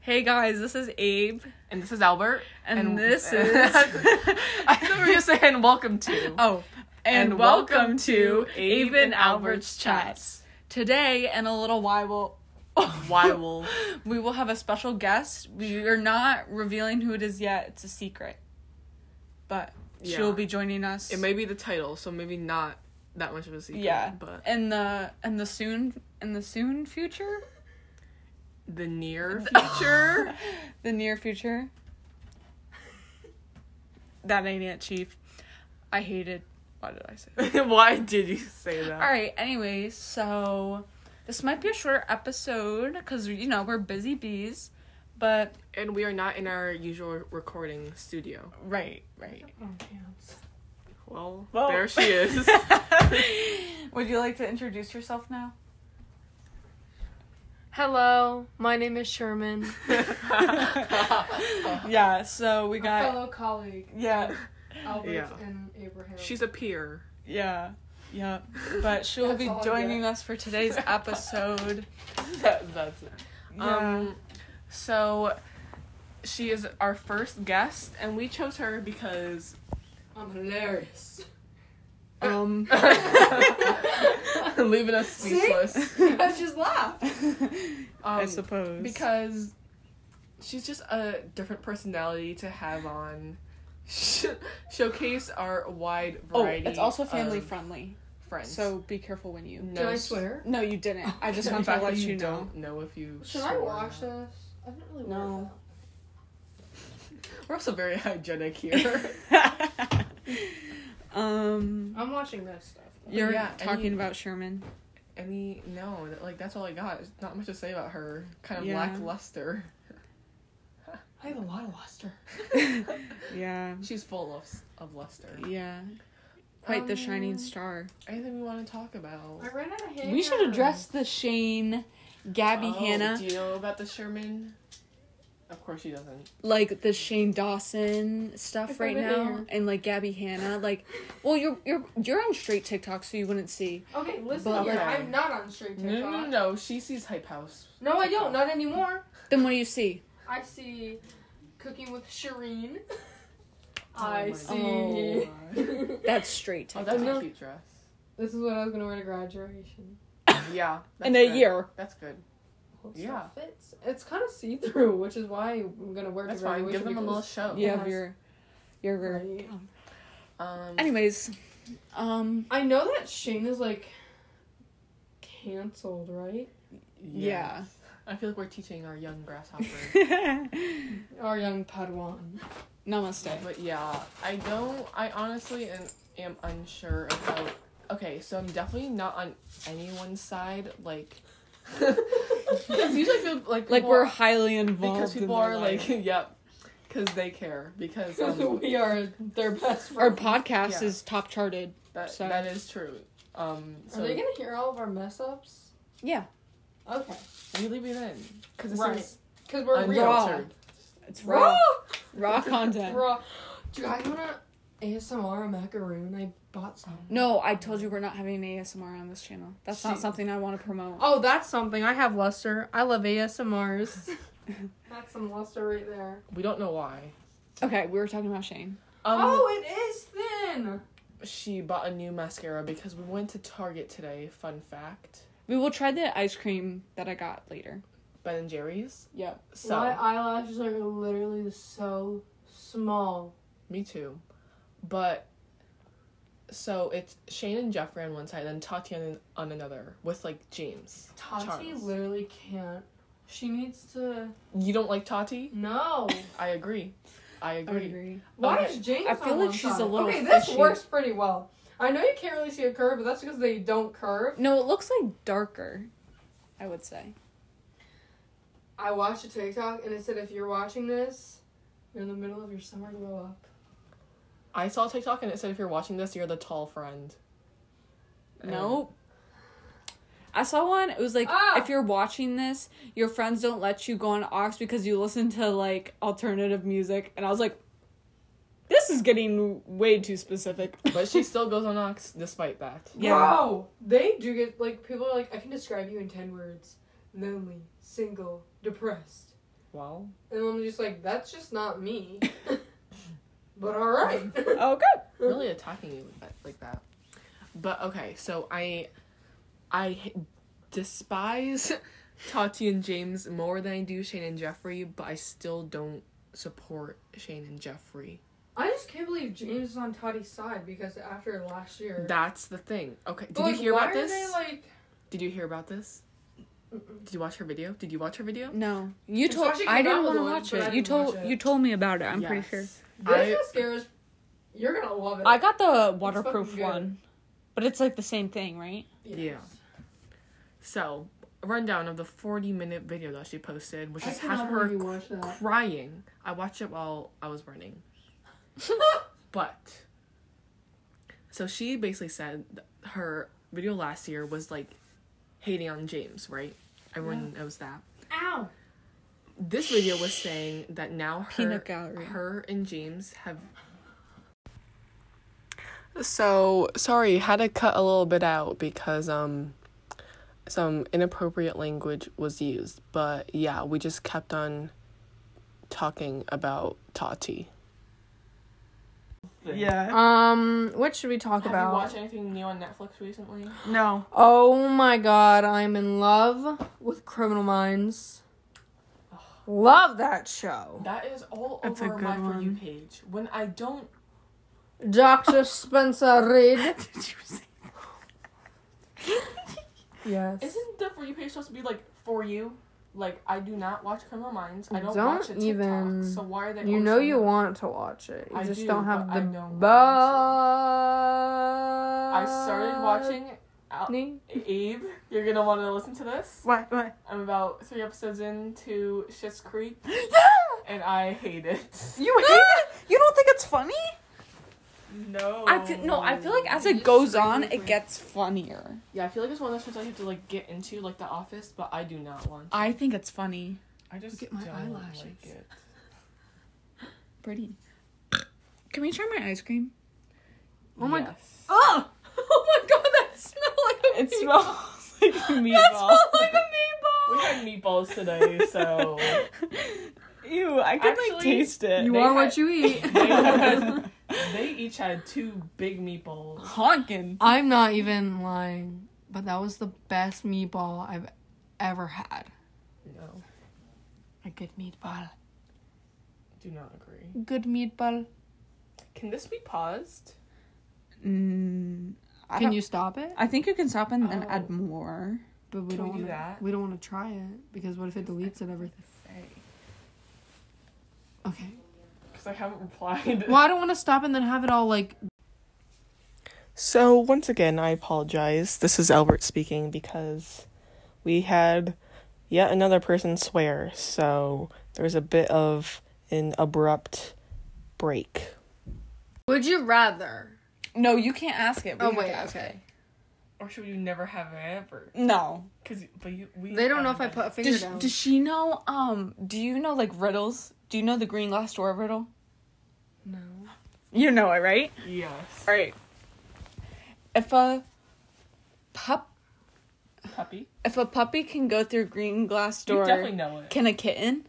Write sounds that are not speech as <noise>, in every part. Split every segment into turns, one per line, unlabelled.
Hey guys, this is Abe.
And this is Albert.
And
<laughs>
uh, this is- <laughs>
I thought we were saying welcome to.
Oh, and, welcome, to Abe and Albert's Chats.
Chats.
Today, in a little while, we'll, <laughs>
Why will.
we will have a special guest. We are not revealing who it is yet, it's a secret. But she
Yeah.
will be joining us.
It may be the title, so maybe not that much of a secret.
yeah,
But
in the in the soon in the soon future,
the
<laughs>
near future. <laughs>
the near future. that ain't it, Chief. I hated. Why did I say? That?
Why did you say that?
<laughs> All right. Anyways, so this might be a shorter episode because you know we're busy bees, but
And we are not in our usual recording studio.
right, right.
Well,
Well.
there
<laughs>
she is.
Would you like to introduce yourself <laughs> now?
Hello, my name is Sherman.
Yeah. So we
A
got
fellow colleague,
yeah,
Albert
Yeah.
and
<laughs>
Abraham.
She's a peer.
yeah, yeah.
<laughs>
But she'll
That's
be
all I
joining
get.
us for <laughs> today's episode.
That, that's it.
Um,
Um, so she is our first guest, and we chose her because
I'm <laughs> hilarious.
um,
<laughs>
leaving us speechless.
I just laughed.
<laughs>
Um,
I suppose
because she's just a different personality to have on. Sh- showcase our wide
oh,
variety.
it's also family
of
friendly.
friends.
So be careful when you.
no,
Can I
s-
swear?
<laughs> No, you didn't. I just
<laughs> the
want to
fact
let
that
you know.
don't know if you
Should
swore
I
or
wash
not.
this? I didn't really
No.
want
We're also very <laughs> hygienic here.
<laughs> um,
that. I'm watching this stuff.
you're
yeah,
talking
any-
about Sherman.
Any no, that- like that's all I got. There's not much to say about her. Kind of
Yeah. <laughs>
lackluster.
I have a lot of luster.
Yeah,
She's full of s- of luster.
yeah. Quite the shining
Um,
star.
Anything we want to talk about?
I ran out of hair.
We should address the Shane, Gabby
Oh,
Hanna,
Do you know about the Sherman? Of course she doesn't.
like the Shane Dawson stuff
It's
right
over
now,
there.
and like Gabby Hanna. Like, well, you're you're you're on straight TikTok, so you wouldn't see.
Okay, listen.
But-
here,
Okay.
I'm not on straight
No,
TikTok.
no, no, no. She sees Hype <laughs> House.
No, I don't. Not anymore.
Then what do you see?
I see cooking with Shireen. I
my
<laughs> see.
God.
That's straight
Oh,
TikTok.
that's a
No.
cute dress.
this is what I was gonna wear to graduation.
<laughs> Yeah.
In
that's
a
good.
year.
That's good.
Hope stuff
Yeah.
fits. It's kind of see through, which is why I'm gonna wear
That's
to
fine.
graduation.
Give them a little
because-
show.
You have
Yes.
your your rear.
Right.
Um.
Anyways, um, <laughs>
I know that Shane is like canceled, right?
Yeah.
yes. I feel like we're teaching our young grasshopper. <laughs>
Our young Padawan.
namaste.
But yeah, I don't. I honestly am, am unsure about. Okay, so I'm definitely not on anyone's side. <laughs> Like, it's usually feel like
Like
people
we're
<laughs> are-
highly involved
because people
in their <laughs>
are
life.
like, <laughs> yep, because they care. Because <laughs> um,
<laughs> we are their best
our
friends.
podcast
Yeah.
is top charted.
that
So-
that is true. Um, so
are they gonna hear all of our mess ups?
Yeah,
Okay,
we leave it in because this
Right.
is
because we're real.
unfiltered.
it's
Raw,
raw, <laughs> raw content.
raw. Do I wanna ASMR a macaroon? I bought some.
No, I told you we're not having ASMR on this channel. That's not
See-
something I want to promote.
Oh, that's something. I have luster. I love ASMRs. <laughs> that's some luster right there.
We don't know why.
Okay, we were talking about Shane.
Um,
oh, it is thin.
she bought a new mascara because we went to Target today. Fun fact:
We will try the ice cream that I got later.
Ben and Jerry's.
Yep.
So
My eyelashes are literally so small.
Me too. But so it's Shane and Jeffrey on one side, then Tatiana on another with like James.
Tati
Charles.
literally can't. She needs to.
You don't like Tati?
No.
I agree. I
I
agree.
would agree.
Why
Okay.
is James?
I feel
on
like
one
she's a
side?
little
Okay, this
fishy.
works pretty well. I know you can't really see a curve, but that's because they don't curve.
No, it looks like darker. I would say.
I watched a TikTok and it said if you're watching this, you're in the middle of your summer glow up.
I saw TikTok and it said if you're watching this, you're the tall friend. And-
Nope. I saw one. It was like
Ah!
if you're watching this, your friends don't let you go on aux because you listen to like alternative music, and I was like, this is getting way too specific. <laughs>
But she still goes on Ox despite that.
Yeah.
Bro, they do get like people are like I can describe you in ten words: lonely, single, depressed.
well,
And I'm just like, that's just
<laughs>
not me. but alright. <laughs>
Okay.
really attacking you like that, like that. But okay, so I, I h- despise <laughs> Tati and James more than I do Shane and Jeffrey, but I still don't support Shane and Jeffrey.
I just can't believe James is on Toddy's side because after last year.
That's the thing. Okay, did
But,
you
like,
hear
why
about
are
this?
They, like,
Did you hear about this?
Mm-mm.
Did you watch her video? Did you watch her video?
No, you
It's
told.
actually
I
came
didn't
out with
want to
one,
watch
but I
it. You
didn't
told.
watch it.
You told me about it. I'm pretty sure.
Yes.
this
I-
mascara is. You're gonna love it.
I got the
fucking
waterproof
good.
one, but it's like the same thing, right?
Yeah. So, a rundown of the 40 minute video that she posted, which
I
is half
cannot
of her
believe you watched that.
crying. I watched it while I was running. But, so she basically said th- her video last year was like hating on James, right? Everyone knows that.
Ow!
This video was saying that now her,
Peanut gallery.
her and James have. So sorry, had to cut a little bit out because um some inappropriate language was used. But yeah, we just kept on talking about Tati.
Yeah.
Um, what should we talk about?
anything new on Netflix recently?
No.
Oh my god, I'm in love with Criminal Minds. Love that show.
That is all
That's a
over
good
my for you
one.
page. When I don't
Dr. Spencer
<laughs>
Reed.
Did you say?
Yes.
isn't the for you page supposed to be like for you? Like I do not watch Criminal Minds. I don't,
Don't
watch it
even-
TikTok. So why are they?
You
always
know
showing
you
up?
want to watch it. You
I
just
do,
not have
but
the
I don't
bu-
I started watching Al-
Me?
Abe. You're gonna want to listen to this.
What?
<laughs>
What?
I'm about three episodes into Shit's Creek, and I hate it.
You hate it? You don't think it's funny?
No.
I feel, no. I feel like as it goes on, it gets funnier.
Yeah, I feel like it's one of those shows I have to like get into, like The Office, but I do not want.
I think it's funny.
I just
Look at my don't eyelashes. like
it.
Pretty. Can we try my ice cream?
<laughs> Oh my god.
Oh! <laughs> Oh my god, that smelled like a
It
meatball.
smells like a
<laughs> That
meatball.
smelled like a
<laughs> We had meatballs today,
<laughs>
so
meatball. <laughs> Ew, I can
Actually,
like taste it.
You
They
are
had-
what you eat.
<laughs> they,
<laughs>
had- they each had two big meatballs.
honking.
I'm not even lying, but that was the best meatball I've ever had.
No,
A good meatball.
do not agree.
Good meatball.
Can this be paused?
Mm, I
Can
don't-
you stop it?
I think you can stop and then
Oh.
add more.
But we
Can
don't
we do
want to.
that?
We don't want to try it because what if it deletes it everything? Okay.
Because I haven't replied. <laughs>
Well, I don't want to stop and then have it all like.
So, once again, I apologize. This is Albert speaking because we had yet another person swear, so there's a bit of an abrupt break.
Would you rather?
No, you can't ask it. We
Oh
have
wait.
to ask
Okay.
Or should we never have it ever?
it. No.
Because but you, we
They don't know if I put a finger
Does,
down.
does she know? Um, do you know like riddles? Do you know the green glass door riddle?
no.
You know it, right?
yes
All right. If a pup,
puppy.
if a puppy can go through green glass door,
You definitely know it.
can a kitten?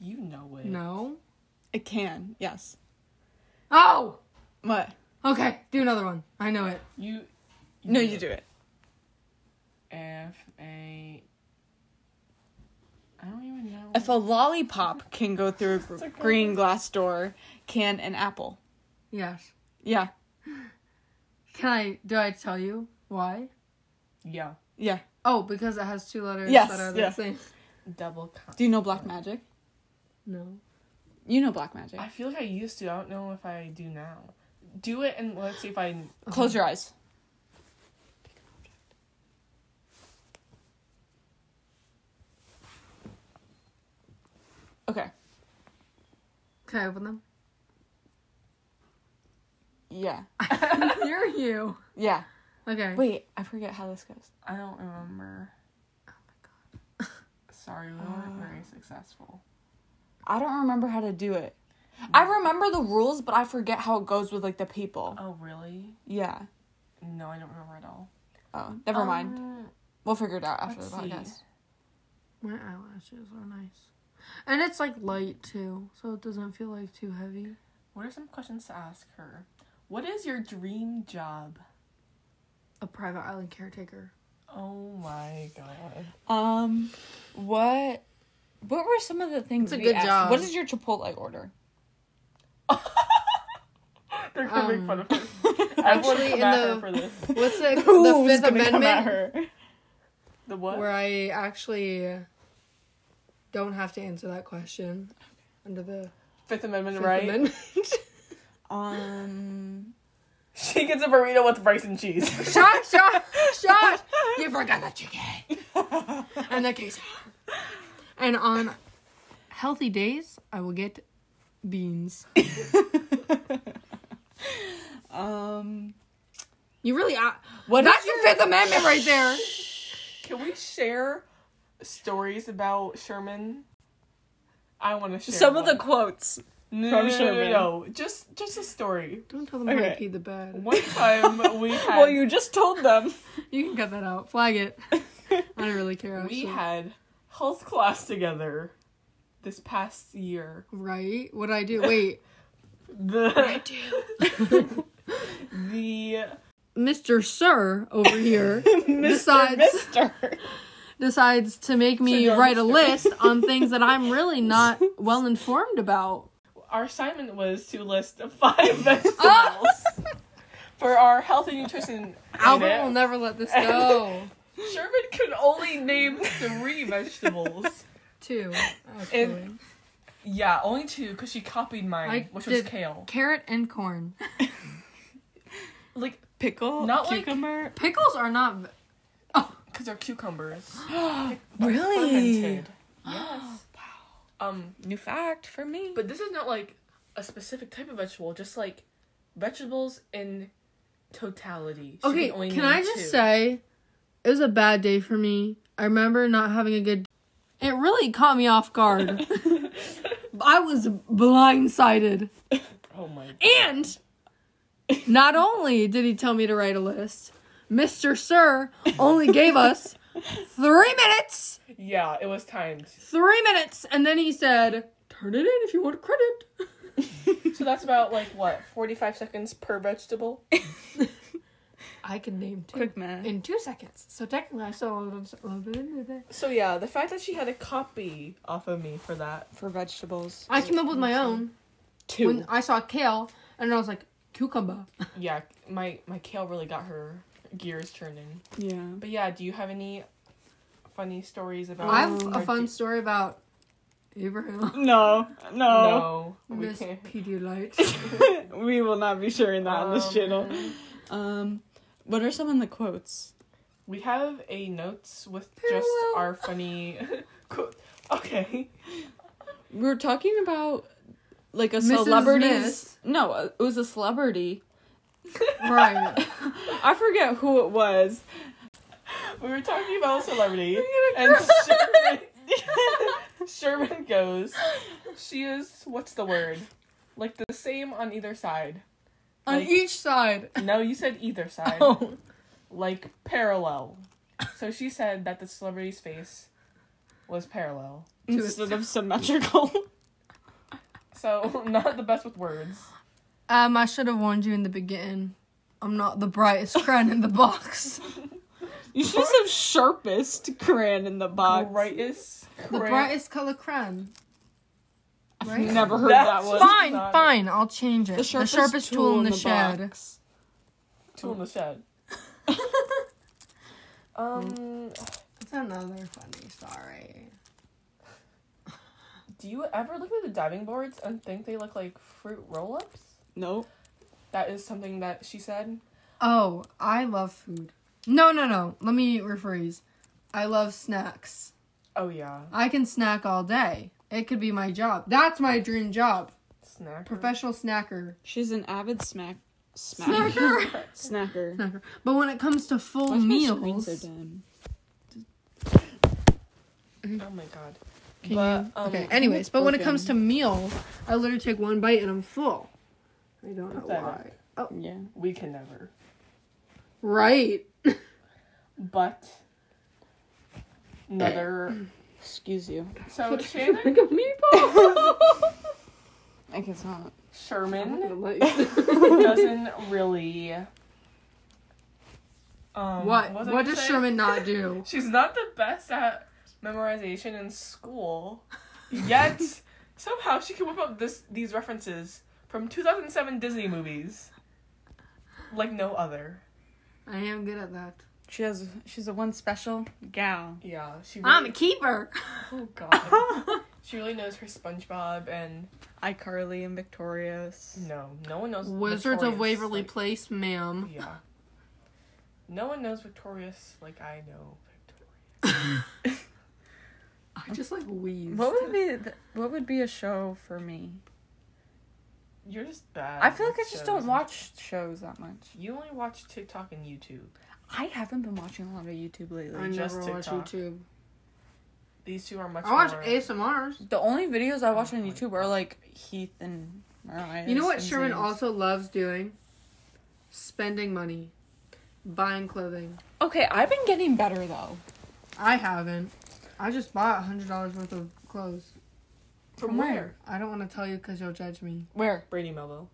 You know it.
No.
It can. Yes.
Oh.
What?
Okay. Do another one. I know it.
You.
No, you do it.
F A. I don't even know.
If a lollipop can go through a gr-
okay.
green glass door, can an apple?
Yes.
Yeah.
Can I? Do I tell you why?
yeah.
Yeah.
Oh, because it has two letters
Yes,
that are
yeah.
the same.
Double. Con-
Do you know black magic?
No.
You know black magic.
I feel like I used to. I don't know if I do now. Do it and let's see if I.
Close your eyes. Okay.
Can I open them?
Yeah.
<laughs> You're you.
Yeah.
Okay.
Wait, I forget how this goes.
I don't remember.
Oh my god.
<laughs> Sorry, we weren't very successful.
I don't remember how to do it. I remember the rules, but I forget how it goes with like the people.
Oh really?
Yeah.
No, I don't remember at all.
Oh, never mind.
Um,
We'll figure it out after the
let's see.
podcast.
My eyelashes are nice. And it's like light too, so it doesn't feel like too heavy.
What are some questions to ask her? What is your dream job?
A private island caretaker.
Oh my god.
Um, what? What were some of the things
It's
we
a good
asked?
job.
What is your Chipotle order?
<laughs> They're gonna make
Um,
fun of <laughs> her. Everyone
actually,
come
in
at
the-
her for this.
<laughs>
What's the, the
Who's
Fifth
gonna come at
Amendment?
her?
The what?
Where I actually don't have to answer that question under the
Fifth Amendment,
Fifth
right?
Amendment. <laughs>
Um,
<laughs> She gets a burrito with rice and cheese.
shot, shot, shot! You forgot the chicken and the queso.
And on healthy days, I will get beans.
um,
You really a
what
That's
is
the
your
Fifth Amendment right there.
Can we share stories about Sherman? I want to share
some of
one.
the quotes? from
no, no, no, no,
Sherman.
no, just just a story.
Don't tell them how
Okay.
to pee the bed.
One
<laughs>
time we had
Well, you just told them.
You can cut that out. Flag it. I don't
<laughs>
really care.
we
actually.
had health class together this past year.
right? What did I do? Wait,
The <laughs> the
Mr. Sir over here
Mr.
decides
Mister.
decides to make me
Sir,
write a
Mr.
list on things that I'm really not well informed about.
our assignment was to list
<laughs> Oh.
five vegetables for our health and nutrition.
Albert
unit.
will never let this go.
Sherman could only name three vegetables.
Two.
And- Yeah, only two, because she copied mine,
I
which was
did-
kale.
Carrot and corn.
Like,
Pickle,
Not like-
<gasps>
cucumber.
Pickles are not v-
because they're
<gasps>
cucumbers.
really?
Fermented. Yes. <gasps> wow. Um,
New fact for me.
but this is not like a specific type of vegetable, just like vegetables in totality. She
Okay,
could only
can
name
I just
two.
say it was a bad day for me. I remember not having a good It really caught me off guard. I was blindsided.
Oh my god.
And not only did he tell me to write a list, Mr. Sir only gave us 3 minutes.
Yeah, it was timed.
3 minutes and then he said, "Turn it in if you want credit."
So that's about like what, 45 seconds per vegetable?
I can name two
Quick man.
in 2 seconds. So technically I still have a little bit in there.
So yeah, the fact that she had a copy off of me for that.
for vegetables.
I came up with my own
Two.
when I saw kale and I was like, "Cucumber."
Yeah, my my kale really got her gears turning.
yeah.
But yeah, do you have any funny stories about?
Oh, I have a
or
fun
do-
story about Abraham.
No, no,
<laughs>
No, we
Miss
can't.
Pedialyte. <laughs>
we will not be sharing that on this
Um,
channel. Um, what are some of the quotes?
We have a notes with just
Farewell.
our funny. <laughs> quote. okay.
We were talking about like a
Mrs.
celebrity's.
Miss.
No, uh, it was a celebrity.
right.
I forget who it was.
We were talking
<laughs>
about a celebrity, and Sherman, Sherman <laughs> goes, "She is what's the word? Like the same on either side."
On
Like-
each side.
No, you said either side.
Oh.
like parallel. So she said that the celebrity's face was parallel.
To
Instead of symmetrical. <laughs>
So <laughs> not the best with words.
Um, I should have warned you in the beginning. I'm not the <laughs> brightest crayon in the box.
you should have sharpest crayon in the
Uh,
box.
Brightest.
The brightest color crayon. Right?
Never heard
That's
that one.
Fine,
not-
fine. I'll change it. The sharpest, tool, in the, shed.
box.
Tool in the
<laughs>
shed. um,
It's another funny story.
do you ever look at the diving boards and think they look like fruit roll-ups?
Nope.
That is something that she said.
Oh, I love food. No, no, no. Let me rephrase. I love snacks.
Oh yeah,
I can snack all day. It could be my job. That's my dream job.
snack.
Professional <laughs> snacker.
She's an avid smack. Smack.
Snacker.
Snacker.
Snacker. But when it comes to full
Why is my screen
meals,
so dim?
Oh my god.
Can
but
you-
um,
okay. Anyways, but when it comes to
broken?
meals, I literally take one bite and I'm full. I don't know
that
why.
Yeah.
we can never.
Right.
But another
Excuse you. <laughs>
So Shannon
a meatball.
I guess not.
Sherman
what?
doesn't really. Um, was I
What
gonna
does
say?
Sherman not do?
<laughs> She's not the best at memorization in school, yet somehow she can whip up this these references from 2007 Disney movies like no other.
<laughs> I am good at that.
She has. She's a one special gal.
Yeah, she.
I'm a keeper.
oh god, she really knows her SpongeBob and
iCarly and Victorious.
no, no one knows
Wizards of
Victorious,
Waverly
like-
Place, ma'am.
Yeah. No one knows Victorious like I know Victorious.
I just like wheeze.
What would be th- what would be a show for me?
You're just bad.
I feel
with
like I just
shows.
don't watch shows that much.
You only watch TikTok and YouTube.
I haven't been watching a lot of YouTube
I
lately.
never
just
watch
TikTok.
YouTube.
These two are much.
I watch
more...
ASMRs.
The only videos I watch on YouTube are like Heath and Mariah.
You know what Sherman also loves doing? Spending money, buying clothing.
Okay, I've been getting better though.
I haven't. I just bought hundred dollars worth of clothes.
From where?
I don't want to tell you because you'll judge me.
Where?
Brady Melville.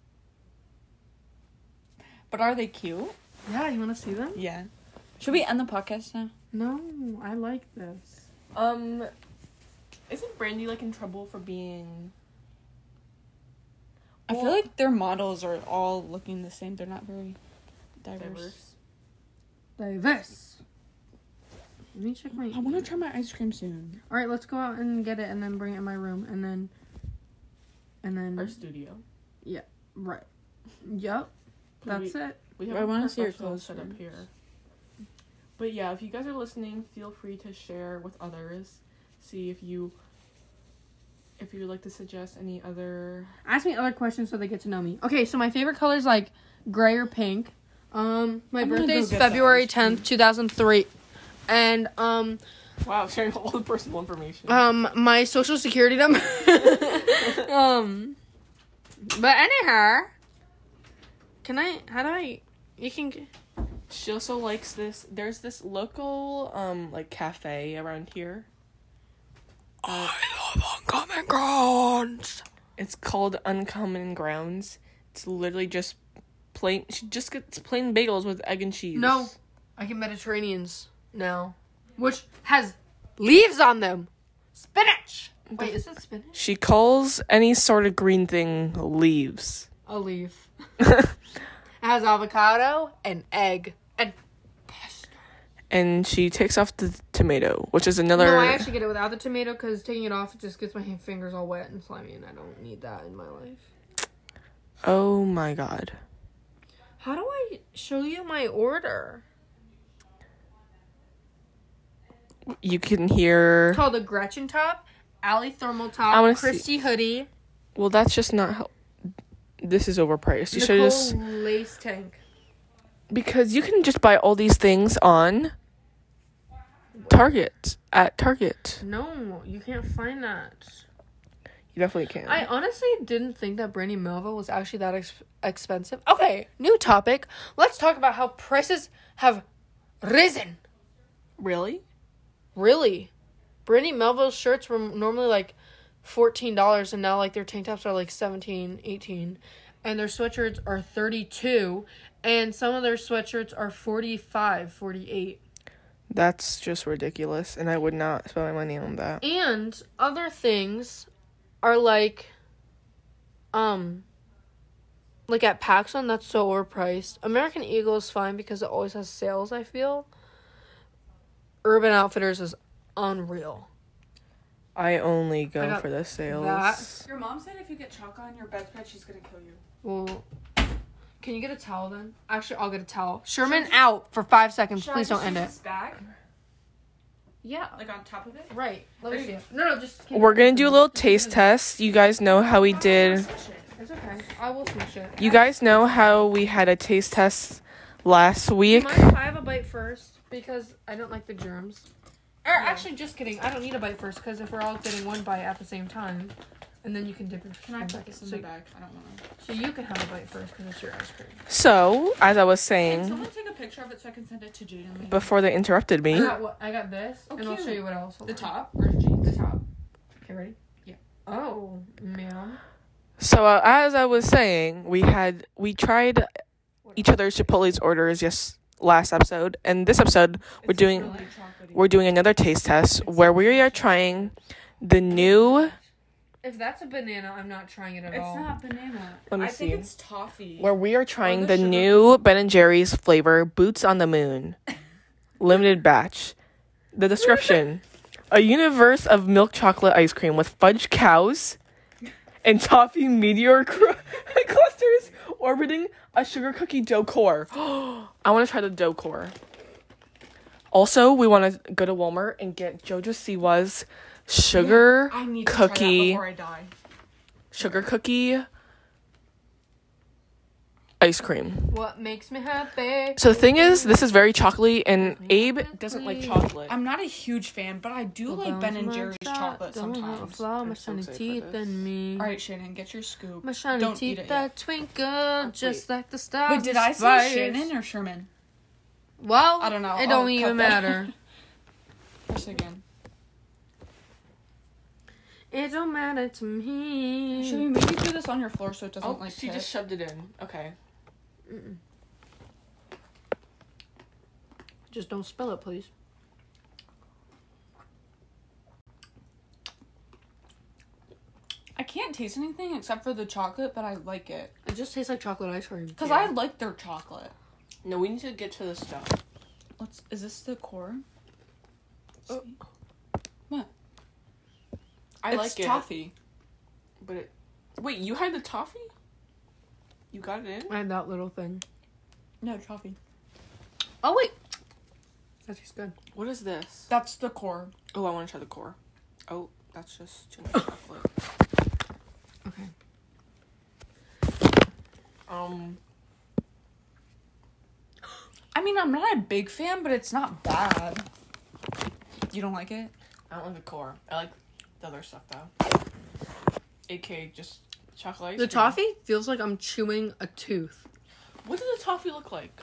But are they cute?
Yeah, you want to see them?
Yeah. Should we end the podcast now?
No, I like this.
Um, isn't Brandy like in trouble for being?
I feel
Well-
like their models are all looking the same. They're not very diverse.
Diverse.
Diverse. Let me check my.
I want to try my ice cream soon.
All right, let's go out and get it, and then bring it in my room, and then, and then
Our studio.
right. Yep, that's it.
We
I
a
wanna see your
professional
clothes
set up
first.
here. But yeah, if you guys are listening, feel free to share with others. See if you. If you would like to suggest any other,
Ask me other questions so they get to know me. Okay, so my favorite color is like gray or pink. Um, my
I'm gonna
birthday
go
is
get the
February
ice cream.
tenth, two thousand three, and um,
wow, sharing all the personal <laughs> information.
um, my social security number. <laughs> um, but anyhow, can I? How do I? You can. g-
She also likes this. There's this local um like cafe around here. Uh,
Uncommon grounds.
It's called Uncommon Grounds. It's literally just plain. She just gets plain bagels with egg and cheese.
No. I get Mediterranean's now, which has leaves on them. Spinach. Wait, is it spinach?
She calls any sort of green thing leaves. <laughs>
A leaf. It has avocado and egg and pesto.
and she takes off the tomato, which is
No,
another.
I actually get it without the tomato because taking it off it just gets my hand- fingers all wet and slimy, and I don't need that in my life.
oh my god.
How do I show you my order?
You can hear.
It's called the Gretchen top, Alley thermal
I wanna
top,
see-
Christy hoodie,
Well, that's just not how. This is overpriced. You should
Nicole
just.
lace tank.
Because you can just buy all these things on. Target. At Target.
No, you can't find that.
You definitely can.
I honestly didn't think that Brandy Melville was actually that ex- expensive. Okay, new topic. Let's talk about how prices have risen.
really?
Really? Brandy Melville's shirts were normally like $14 and now like their tank tops are like 17, 18 and their sweatshirts are 32 and some of their sweatshirts are 45, 48.
That's just ridiculous, and I would not spend my money on that.
And other things are like um like at Paxson that's so overpriced. American Eagle is fine because it always has sales, I feel. Urban Outfitters is unreal.
I only
I
go
got
for the sales.
that.
Your mom said if you get chalk on your bedspread, she's gonna kill you.
Well, can you get a towel then? Actually, I'll get a towel. Sherman out for five seconds. Please don't end it.
Bag
Yeah.
like on top of it.
Right. Let me see it. No, no, just. keep-
We're gonna do a little taste test. You guys know how we did.
It's okay. I will finish it.
You guys know how we had a taste test last week.
Mind if I have a bite first? Because I don't like the germs. Or actually, just kidding. I don't need a bite first because if we're all getting one bite at the same time,
and then you can dip your
Can I
spoon
put
back
this
in.
in
So,
the bag? I don't want to.
so you can have a bite first because it's your ice cream.
So, as I was
Can
saying
someone take a picture of it so I can send it to Jade and Leah?
before they interrupted
I
me,
got what I got this,
Oh,
and I'll show
cute.
you what else.
The top or Jade's?
The top. Okay, ready?
Yeah.
Oh, ma'am.
so uh, as I was saying, we had we tried each other's Chipotle's orders yes last episode, and this episode we're doing
Really chocolatey.
we're doing another taste test where we are trying the new.
If that's a banana, I'm not trying it at
It's
all.
not banana.
Let me
I
see.
think it's toffee.
where we are trying
the
the
sugar-
new Ben and Jerry's flavor Boots on
<laughs>
the Moon, limited batch. The description: A universe of milk chocolate ice cream with fudge cows and toffee meteor <laughs> cru- clusters orbiting a sugar cookie dough core. <gasps> I want to try the dough core. Also, we want to go to Walmart and get JoJo Siwa's
<gasps>
sugar
I need to try that
cookie
before I die.
sugar cookie ice cream.
What makes me happy?
So the thing is, this is very chocolatey, and Abe doesn't like chocolate.
I'm not a huge fan, but I do like Ben and Jerry's chocolate sometimes. All
Flower,
I'm
my
so
shiny
excited for
teeth
this.
and me.
right, Shannon, get your scoop.
My shiny
Don't eat
teeth
it
that twinkle just like the stars.
Wait, did I
spice.
say Shannon or Sherman?
Well,
I don't know.
It
I'll
don't
cut
even
that.
<laughs> matter.
Press again.
it don't matter to
Should
me.
we maybe do this on your floor so it
Oh,
doesn't like tip?
shoved it in. Okay.
Just don't spill it, please.
I can't taste anything except for the chocolate, but I like it
It just tastes like chocolate ice cream.
because I like their chocolate.
No, we need to get to the stuff.
Let's. Is this the core?
Oh.
See? What?
I
it's
like it,
toffee.
but it. Wait, you had the toffee? You got it in?
I had that little thing.
No toffee.
Oh wait, that tastes good.
What is this?
That's the core.
Oh, I want to try the core. Oh, that's just <laughs> too much chocolate.
Okay.
Um,
I mean, I'm not a big fan, but it's not bad. You don't like it?
I don't like the core. I like the other stuff though. AKA just chocolate. ice
The
cream.
toffee feels like I'm chewing a tooth.
What does the toffee look like?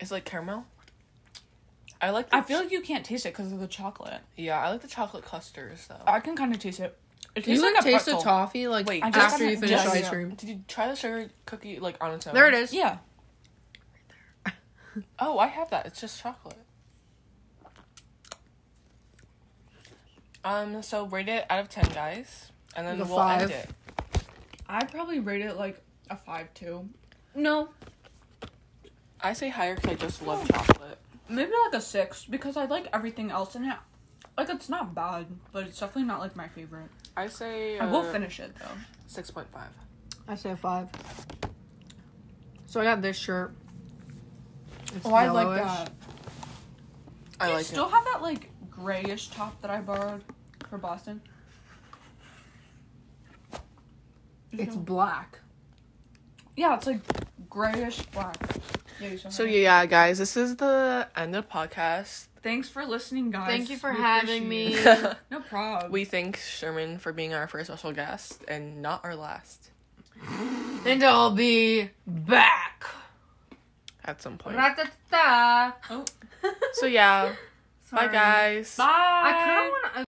It's like caramel. I like. The
I feel like you can't taste it because of the chocolate.
yeah, I like the chocolate clusters though.
I can kind of taste it. It
Do you
tastes
like, oh,
like a
taste the
pretzel.
toffee like
Wait, I
just
after you
haven't-
finish
just-
ice cream?
Did you try the sugar cookie like on its own?
There it is.
Yeah.
Oh, I have that. It's just chocolate. Um. So rate it out of ten, guys, and then
Like a
we'll end
five.
it.
I'd probably rate it like a five two. No,
I say higher because I just love chocolate.
maybe like a six because I like everything else in it. Like it's not bad, but it's definitely not like my favorite.
I say. uh,
I will finish it though.
Six point five.
I say a five. So I got this shirt.
Oh,
It's yellowish.
I
I
like
still
it.
have that like grayish top that I borrowed for Boston.
It's black.
Yeah, it's like grayish black. Yeah, you still
So
have it.
yeah, guys, this is the end of the
<laughs>
podcast.
Thanks for listening, guys.
Thank you for
We
having me.
appreciate it. No problem.
We thank Sherman for being our first special guest and not our last
and I'll be back.
at some point.
Ra-ta-ta-ta.
So yeah, bye guys.
Bye.
I kind of want to.